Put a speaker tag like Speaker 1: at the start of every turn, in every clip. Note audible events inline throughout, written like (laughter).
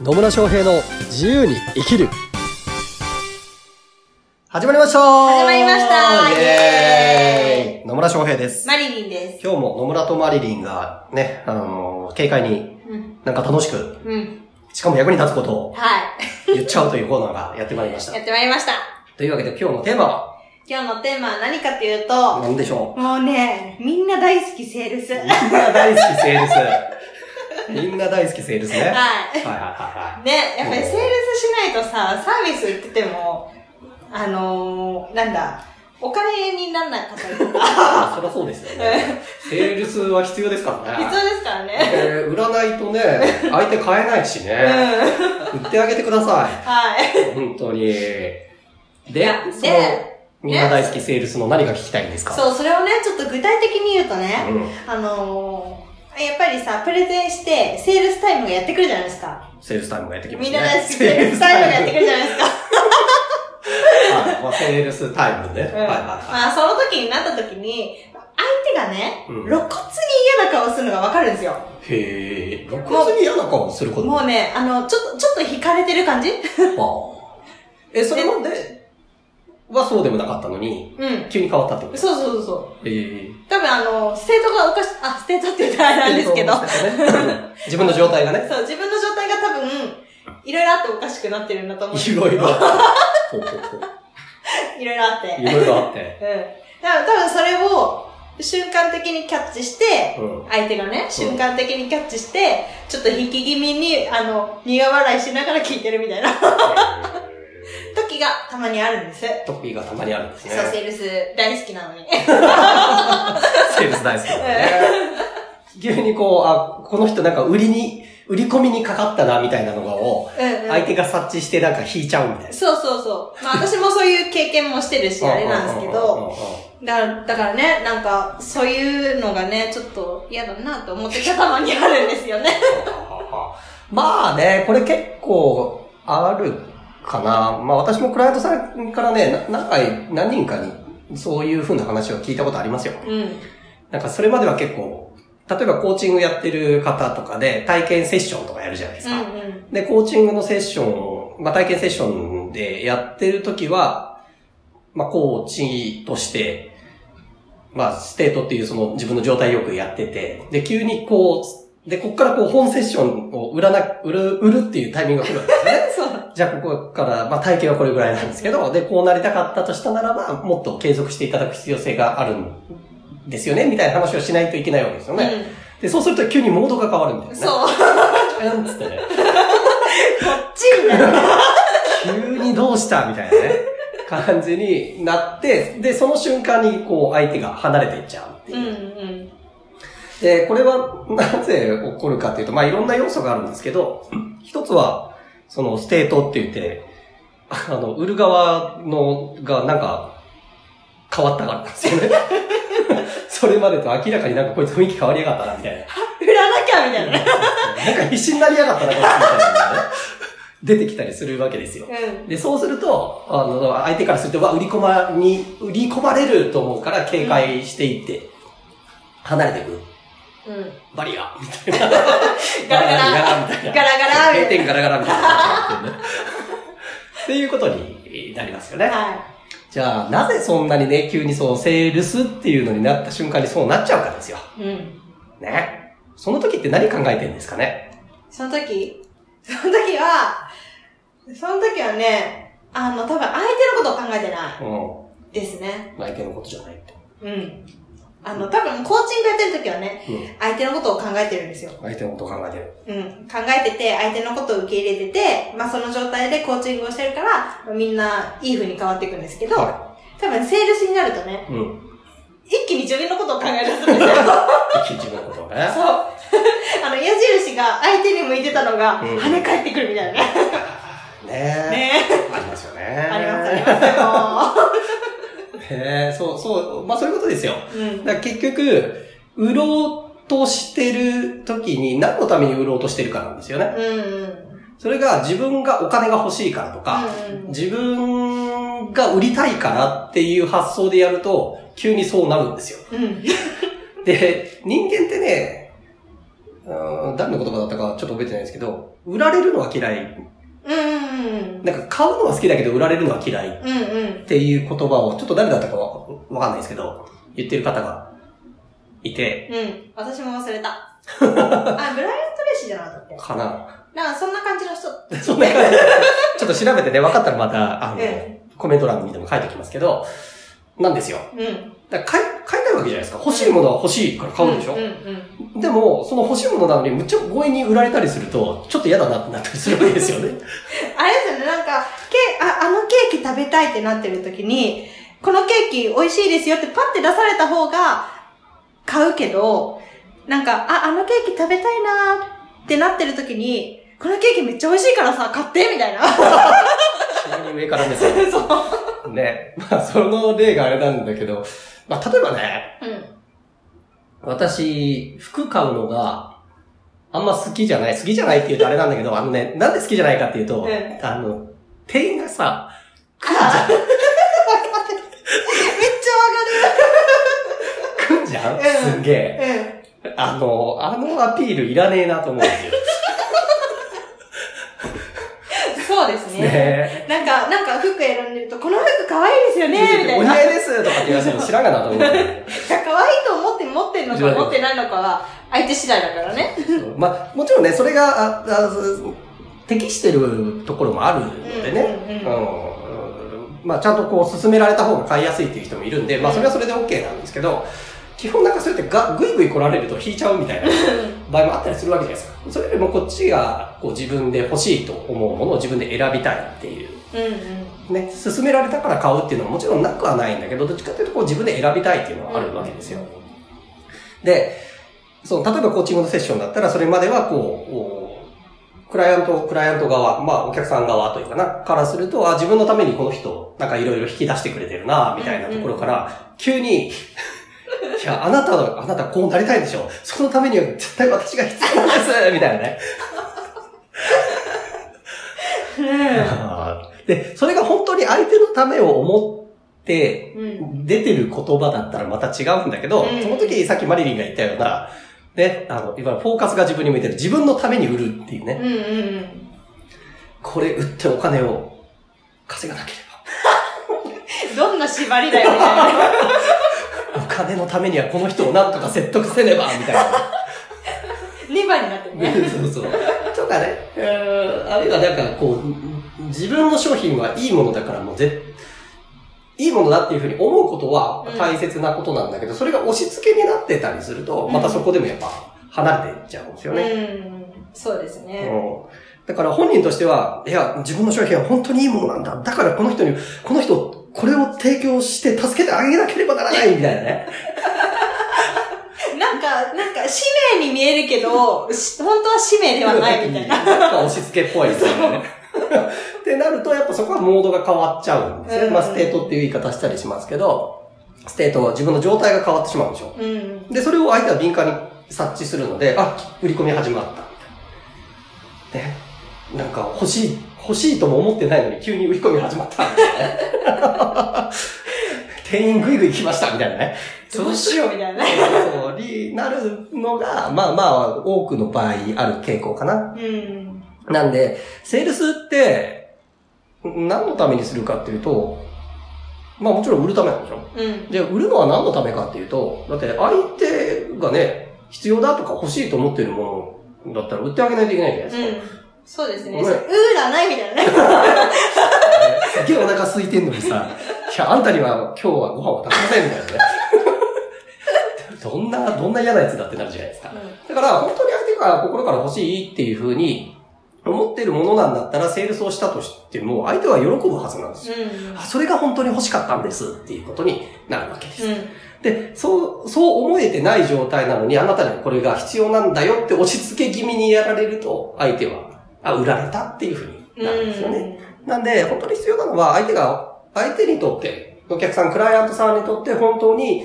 Speaker 1: 野村翔平の自由に生きる始まりました
Speaker 2: 始まりました
Speaker 1: イエーイ野村翔平です。
Speaker 2: マリリンです。
Speaker 1: 今日も野村とマリリンがね、あのー軽快に
Speaker 2: うん。
Speaker 1: なんか楽しく、
Speaker 2: うん。
Speaker 1: しかも役に立つことを
Speaker 2: は
Speaker 1: 言っちゃうというコーナーがやってまいりまし
Speaker 2: い。
Speaker 1: た
Speaker 2: や。ってまいりました。
Speaker 1: というわけで今日のテーマは
Speaker 2: 今日のテーマは何かというと、
Speaker 1: 何でしょ
Speaker 2: もうね、みんな大好きセールス。
Speaker 1: う
Speaker 2: は
Speaker 1: みん
Speaker 2: い。
Speaker 1: な大好きセール (laughs) ス。みんな大好きセールスね。はいはいはいは
Speaker 2: ね、やっぱりセールスしないとさ、サービス行ってても、あのー、なんだ、お金になんなか
Speaker 1: (laughs)
Speaker 2: ったりとか、
Speaker 1: い。そりゃそうですよ (laughs) ね。セールスは必要ですからね
Speaker 2: 必。要ですからね。
Speaker 1: えー売らないとね、相手買えないし
Speaker 2: うん。
Speaker 1: ね。
Speaker 2: は
Speaker 1: 売ってあげてくださ
Speaker 2: い。
Speaker 1: い。本当に。で、
Speaker 2: や
Speaker 1: その
Speaker 2: で、
Speaker 1: みんな大好きセールスの何が聞きたいんですかう。
Speaker 2: そう、それをね、ちょっと具体的に言うとね、
Speaker 1: うん。
Speaker 2: あのー、やっぱりさ、プレゼンして、セールスタイムがやってくるじゃないですか。
Speaker 1: セールスタイムがやってきま
Speaker 2: み
Speaker 1: す
Speaker 2: ん
Speaker 1: ね。
Speaker 2: な大好きセールスタイムがやってくるじゃないですか。
Speaker 1: はいまあセールスタイムね。はいはいは
Speaker 2: まあ、その時になった時に、相手がね、
Speaker 1: い。うん
Speaker 2: 露骨に嫌な顔するのがわかるんですよ。
Speaker 1: へえ、露骨に嫌な顔すること
Speaker 2: もうね、あの、ちょっと、ちょっと惹かれてる感じ
Speaker 1: ああえ、それまではそうでもなかったのに、
Speaker 2: うん。
Speaker 1: 急に変わったってこと
Speaker 2: そうそうそうそう。
Speaker 1: へえ。
Speaker 2: 多分あの、ステートがおかし、あ、ステートって言ったらあれなんですけど、そ
Speaker 1: うん自分の状態が
Speaker 2: (laughs)
Speaker 1: ね。
Speaker 2: う、自分の状態が多分、いろいろあっておかしくなってるんだと思う。
Speaker 1: いろ
Speaker 2: (laughs)
Speaker 1: いろ。ほうほうほう
Speaker 2: いろいろあって。うん。
Speaker 1: い
Speaker 2: だ
Speaker 1: ろいろあって。
Speaker 2: から多分それを、瞬間的にキャッチして、
Speaker 1: うん。
Speaker 2: 相手がね、瞬間的にキャッチして、ちょっと引き気味に、あの、苦笑いしながら聞いてるみたいな。時がたまにあるんです。
Speaker 1: トッピーがたまにあるんですね。
Speaker 2: そう、セールス大好きなの (laughs) に。
Speaker 1: セールス大好きだね。急にこう、あ、この人なんか売りに、売り込みにかかったな、みたいなのがを、
Speaker 2: うんうん
Speaker 1: 相手が察知してなんか引いちゃうみたいな。
Speaker 2: そうそうそう。まあ私もそういう経験もしてるし、あれなんですけど。だから、だからね、なんか、そういうのがね、ちょっと嫌だなと思ってたたまにあるんですよね。
Speaker 1: まあね、これ結構あるかな。まあ私もクライアントさんからね、な何回、何人かにそういう風な話を聞いたことありますよ。
Speaker 2: (laughs) うん。
Speaker 1: なんかそれまでは結構、例えばコーチングやってる方とかで体験セッションとかやるじゃないです
Speaker 2: う
Speaker 1: か。
Speaker 2: んうん。
Speaker 1: で、コーチングのセッションを、まあ体験セッションでやってるときは、まあコーチとして、まあステートっていうその自分の状態よくやってて、で、急にこう、で、こっからこう本セッションを売らな、売る、売るっていうタイミングが来るわけですね。
Speaker 2: そう。
Speaker 1: じゃあ、ここから、まあ、体験はこれぐらいなんですけど、で、こうなりたかったとしたならば、もっと継続していただく必要性があるんですよね、みたいな話をしないといけないわけですよね。で、そうすると急にモードが変わるんだよ
Speaker 2: う
Speaker 1: ね。
Speaker 2: ん。そう。こ
Speaker 1: う。なんつってね、
Speaker 2: っちみたいな。
Speaker 1: 急にどうしたみたいなね、感じになって、で、その瞬間に、こう、相手が離れていっちゃうって
Speaker 2: う
Speaker 1: い
Speaker 2: ん
Speaker 1: う。
Speaker 2: うん。
Speaker 1: で、これは (laughs) なぜ起こるかというと、まあいろんな要素があるんですけど、 (clears throat) 一つは、そのステートって言って、あの、売る側のがなんか変わったからなんですよね。 (laughs) それまでと明らかになんかこいつ雰囲気変わりやがったな、みたいな。
Speaker 2: 振らなきゃみたいな。
Speaker 1: なん (laughs) か必死になりやがったな、こいつみたいなのがね。出てきたりするわけですよ。
Speaker 2: う
Speaker 1: で、そうすると、あの、相手からすると、わ、売り込まに、売り込まれると思うから警戒していって、離れていく。
Speaker 2: ん。うん。
Speaker 1: バリ
Speaker 2: (laughs)
Speaker 1: アみたいな。
Speaker 2: ガラガ
Speaker 1: ガ
Speaker 2: ラ
Speaker 1: ラみたいな。
Speaker 2: ガラガラみ
Speaker 1: 閉
Speaker 2: たい
Speaker 1: 店ガラガラみたいな。っていうことになりますよ
Speaker 2: な。
Speaker 1: ね。
Speaker 2: は
Speaker 1: じゃあ、なぜそんなにね、急にそう、セールスっていうのになった瞬間にそうなっちゃうかですよ。
Speaker 2: い。うん。
Speaker 1: ね。その時って何考えてるんですかね
Speaker 2: その時その時は、その時はね、あの、多分相手のことを考えてな
Speaker 1: うん。
Speaker 2: いですね。
Speaker 1: 相手のことじゃないって。
Speaker 2: うん。あの、多分コーチングやってる時はね、
Speaker 1: うん。
Speaker 2: 相手のことを考えてるんですよ。
Speaker 1: 相手のことを考えてる。
Speaker 2: うん。考えてて、相手のことを受け入れてて、まあその状態でコーチングをしてるから、みんないい風に変わっていくんですけど、
Speaker 1: は
Speaker 2: 多分セールスになるとね、
Speaker 1: い。うん。
Speaker 2: 一気に自分のことを考え出すんですよ。
Speaker 1: 一日分のことをね。
Speaker 2: そう。 (laughs) あの、矢印が相手に向いてたのが、
Speaker 1: うん
Speaker 2: 跳ね返ってくるみたいなね。
Speaker 1: ね
Speaker 2: ね
Speaker 1: ありますよね。
Speaker 2: え。ありますあり
Speaker 1: ね。
Speaker 2: ます
Speaker 1: へえ、そう、そう、まあそういうことですよ。
Speaker 2: よ。うん。
Speaker 1: だから結局、売ろうとしてる時に何のために売ろうとしてるかなんですよね。
Speaker 2: うんうん。
Speaker 1: それが自分がお金が欲しいからとか、
Speaker 2: うんうんうん
Speaker 1: 自分が売りたいからっていう発想でやると、急にそうなるんですよ。
Speaker 2: うん。
Speaker 1: で、人間ってね、うん誰の言葉だったかちょっと覚えてないんですけど、売られるのは嫌い。
Speaker 2: うんうん
Speaker 1: なんか買うのは好きだけど売られるのは嫌いっ
Speaker 2: うん。うんうん。
Speaker 1: ていう言葉を、ちょっと誰だったかわわかんないですけど、言ってる方がいて、
Speaker 2: うん。私も忘れ
Speaker 1: (laughs)
Speaker 2: た。あ、ブライアントレーシーじゃなかったっけ
Speaker 1: かな。
Speaker 2: なんかそんな感じの人。
Speaker 1: (laughs) そんな感じ。ちょっと調べてね、分かったらまた、あの、
Speaker 2: え
Speaker 1: コメント欄にでも書いておきますけど、なんですよ。
Speaker 2: うん。
Speaker 1: だから買い、買いたいわけじゃないですか。欲しいものは欲しいから買うでしょ、
Speaker 2: うんうん。
Speaker 1: でも、その欲しいものなのに、むっちゃ強引に売られたりすると、ちょっと嫌だなってなったりするわけですよ
Speaker 2: (laughs)
Speaker 1: ね。
Speaker 2: あれですよね、なんか、ケーあ、あのケーキ食べたいってなってる時に、このケーキ美味しいですよってパッて出された方が買うけど、なんか、あ、あのケーキ食べたいなーってなってる時に、このケーキめっちゃ美味しいからさ、買ってみた
Speaker 1: (laughs)
Speaker 2: いな。
Speaker 1: ちなみに上から目線。 (laughs)
Speaker 2: そう。
Speaker 1: ね。まあ、その例があれなんだけど、まあ、例えばね、
Speaker 2: うん。
Speaker 1: 私、服買うのが、あんま好きじゃない。好きじゃないって言うとあれなんだけど、あのね、なんで好きじゃないかっていうと、
Speaker 2: え
Speaker 1: あの、店員がさ、
Speaker 2: め
Speaker 1: 来んじゃん
Speaker 2: ええ
Speaker 1: すんげえ。
Speaker 2: っちゃわかる。
Speaker 1: あの、あのアピールいらねえなと思うんですよ。
Speaker 2: うん。そうですね。
Speaker 1: ね
Speaker 2: なんか、なんか服選んでると、この服可愛いですよねみたい
Speaker 1: お
Speaker 2: な。
Speaker 1: 似
Speaker 2: 可
Speaker 1: 合
Speaker 2: 愛い
Speaker 1: いですとかって言わせるの知らんがなと思うんだよね。
Speaker 2: と思って持ってんのか持ってないのかは、相手次第だからね。
Speaker 1: そうまあ、もちろんね、それが、ああそう適してるところもあるのでね、
Speaker 2: うんうん
Speaker 1: あのまあ、ちゃんとこう、勧められた方が買いやすいっていう人もいるんで、まあ、それはそれで OK なんですけど、基本なんかそうやってが、ぐいぐい来られると引いちゃうみたいな場合もあったりするわけじゃないですか。それよりもこっちが、こう、自分で欲しいと思うものを自分で選びたいっていう。
Speaker 2: うんうん。
Speaker 1: ね、勧められたから買うっていうのはもちろんなくはないんだけど、どっちかっていうとこう自分で選びたいっていうのはあるわけですよ。で、その、例えばコーチングのセッションだったら、それまではこう、おクライアント、クライアント側、まあお客さん側というかな、からすると、あ、自分のためにこの人、なんかいろいろ引き出してくれてるな、みたいなところから、急に、いや、あなたは、あなたこうなりたいんでしょそのためには絶対私が必要なんですみたいなね。で、それが本当に相手のためを思って、
Speaker 2: うん。
Speaker 1: 出てる言葉だったらまた違うんだけど、
Speaker 2: うん
Speaker 1: その時さっきマリリンが言ったような、ね、あの、いわゆるフォーカスが自分に向いてる。自分のために売るっていう
Speaker 2: う
Speaker 1: ね。
Speaker 2: んうんうん。
Speaker 1: これ売ってお金を稼がなけれ
Speaker 2: どんな縛りだよ、みたいな。
Speaker 1: ば。お金のためにはこの人をなんとか説得せねば、みたいな。
Speaker 2: 2番になってるね。
Speaker 1: (laughs) そうそう。とかね。えーあるいはなんかこう、自分の商品はいいものだからもう絶いいものだっていうふうに思うことは大切なことなんだけど、それが押し付けになってたりすると、またそこでもやっぱ離れていっちゃうんです
Speaker 2: う
Speaker 1: よね。
Speaker 2: ん。そうですね。
Speaker 1: うんだから本人としては、いや、自分の商品は本当にいいものなんだ。だからこの人に、この人、これを提供して助けてあげなければならないみたいなね。
Speaker 2: なんか、なんか、使命に見えるけど、し本当は使命ではないみたいな。
Speaker 1: なんか押し付けっぽいですよね。 (laughs) ってなると、やっぱそこはモードが変わっちゃうんですよね。まあ、
Speaker 2: う
Speaker 1: ス
Speaker 2: ん
Speaker 1: テートっていう言い方したりしますけど、ステートは自分の状態が変わってしまうんでしょ。
Speaker 2: うん。
Speaker 1: で、それを相手は敏感に察知するので、あ、売り込み始まった。ね。なんか、欲しい、欲しいとも思ってないのに、急に売り込み始まった。みたいなね
Speaker 2: (laughs)
Speaker 1: 店員ぐいぐい来ました、みたいなね。
Speaker 2: どうしようみたいな。
Speaker 1: そうになるのが、まあまあ、多くの場合ある傾向かな。
Speaker 2: うん。
Speaker 1: なんで、セールスって、何のためにするかっていうと、まあもちろん売るためなんでしょ
Speaker 2: うん。
Speaker 1: で、売るのは何のためかっていうと、だって相手がね、必要だとか欲しいと思ってるものだったら売ってあげないといけないじゃないうです
Speaker 2: ん。そうですね。
Speaker 1: ご
Speaker 2: う
Speaker 1: めん
Speaker 2: ーらないみたいなね。
Speaker 1: (laughs) か。すっげえお腹空いてんのにさ、 (laughs) いや、あんたには今日はご飯を食べませんみたいなね。 (laughs) どんな、どんな嫌なやつだってなるじゃないですか。だから、本当に相手が心から欲しいっていうふうに思ってるものなんだったら、セールスをしたとしても、相手は喜ぶはずなんですよ。あ、それが本当に欲しかったんですっていうことになるわけです。
Speaker 2: うん。うん。
Speaker 1: で、そう、そう思えてない状態なのに、あなたにはこれが必要なんだよって押し付け気味にやられると、相手は、あ、売られたっていうふうになるんですよね。なんで、本当に必要なのは、相手が、相手にとって、お客さん、クライアントさんにとって本当に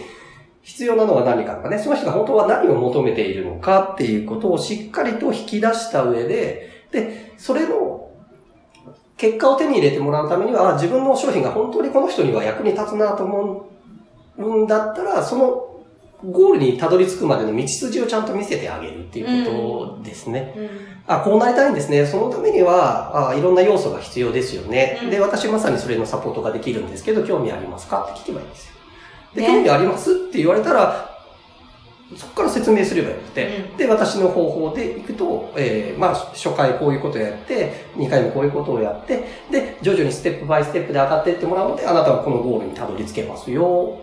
Speaker 1: 必要なのは何かとかね、その人が本当は何を求めているのかっていうことをしっかりと引き出した上で、で、それの結果を手に入れてもらうためには、あ自分の商品が本当にこの人には役に立つなと思うんだったら、そのゴールにたどり着くまでの道筋をちゃんと見せてあげるっていうことですね。あ、こうなりたいんですね。そのためには、あいろんな要素が必要ですよね、
Speaker 2: うん
Speaker 1: で、私まさにそれのサポートができるんですけど、興味ありますかって聞けばいいんですよ。で、
Speaker 2: ね
Speaker 1: 興味ありますって言われたら、そこから説明すればよくて、
Speaker 2: うん
Speaker 1: で、私の方法でいくと、えーまあ、初回こういうことをやって、2回もこういうことをやって、で、徐々にステップバイステップで上がっていってもらうので、あなたはこのゴールにたどり着けますよ。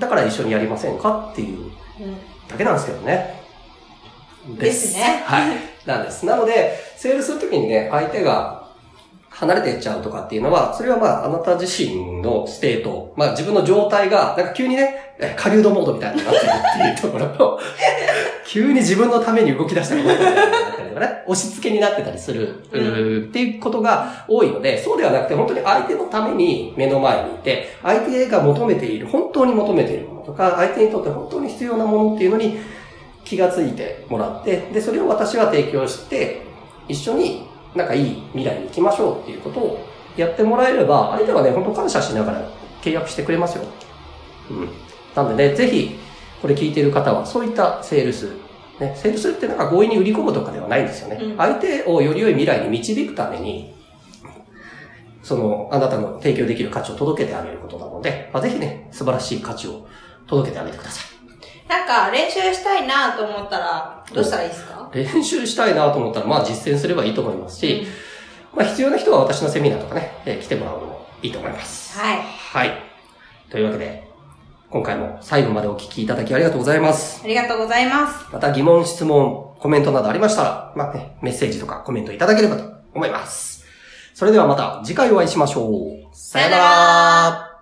Speaker 1: だから一緒にやりませんかっていうだけなんですけどね。
Speaker 2: ですね
Speaker 1: はい。なんです。なので、セールするときにね、相手が離れていっちゃうとかっていうのは、それはまあ、あなた自身のステート、まあ自分の状態が、なんか急にね、え狩人モードみたいになってるっていうところを、急に自分のために動き出したりとかね、押し付けになってたりする、
Speaker 2: うん
Speaker 1: うんっていうことが多いので、そうではなくて本当に相手のために目の前にいて、相手が求めている、本当に求めているものとか、相手にとって本当に必要なものっていうのに気がついてもらって、で、それを私は提供して、一緒になんかいい未来に行きましょうっていうことをやってもらえれば、相手はね、本当感謝しながら契約してくれますよ。うん。なんでね、ぜひ、これ聞いてる方は、そういったセールス、ね、セールスってなんか強引に売り込むとかではないんですよね。
Speaker 2: うん
Speaker 1: 相手をより良い未来に導くために、その、あなたの提供できる価値を届けてあげることなので、まあ、ぜひね、素晴らしい価値を届けてあげてください。
Speaker 2: なんか練習したいなと思ったら、どうしたらいいですか
Speaker 1: 練習したいなと思ったら、まあ実践すればいいと思いますし、まあ必要な人は私のセミナーとかね、えー来てもらうのもいいと思います。
Speaker 2: はい。
Speaker 1: はい。というわけで、今回も最後までお聞きいただきありがとうございます。
Speaker 2: ありがとうございます。
Speaker 1: また疑問、質問、コメントなどありましたら、まあね、メッセージとかコメントいただければと思います。それではまた次回お会いしましょう。
Speaker 2: さよなら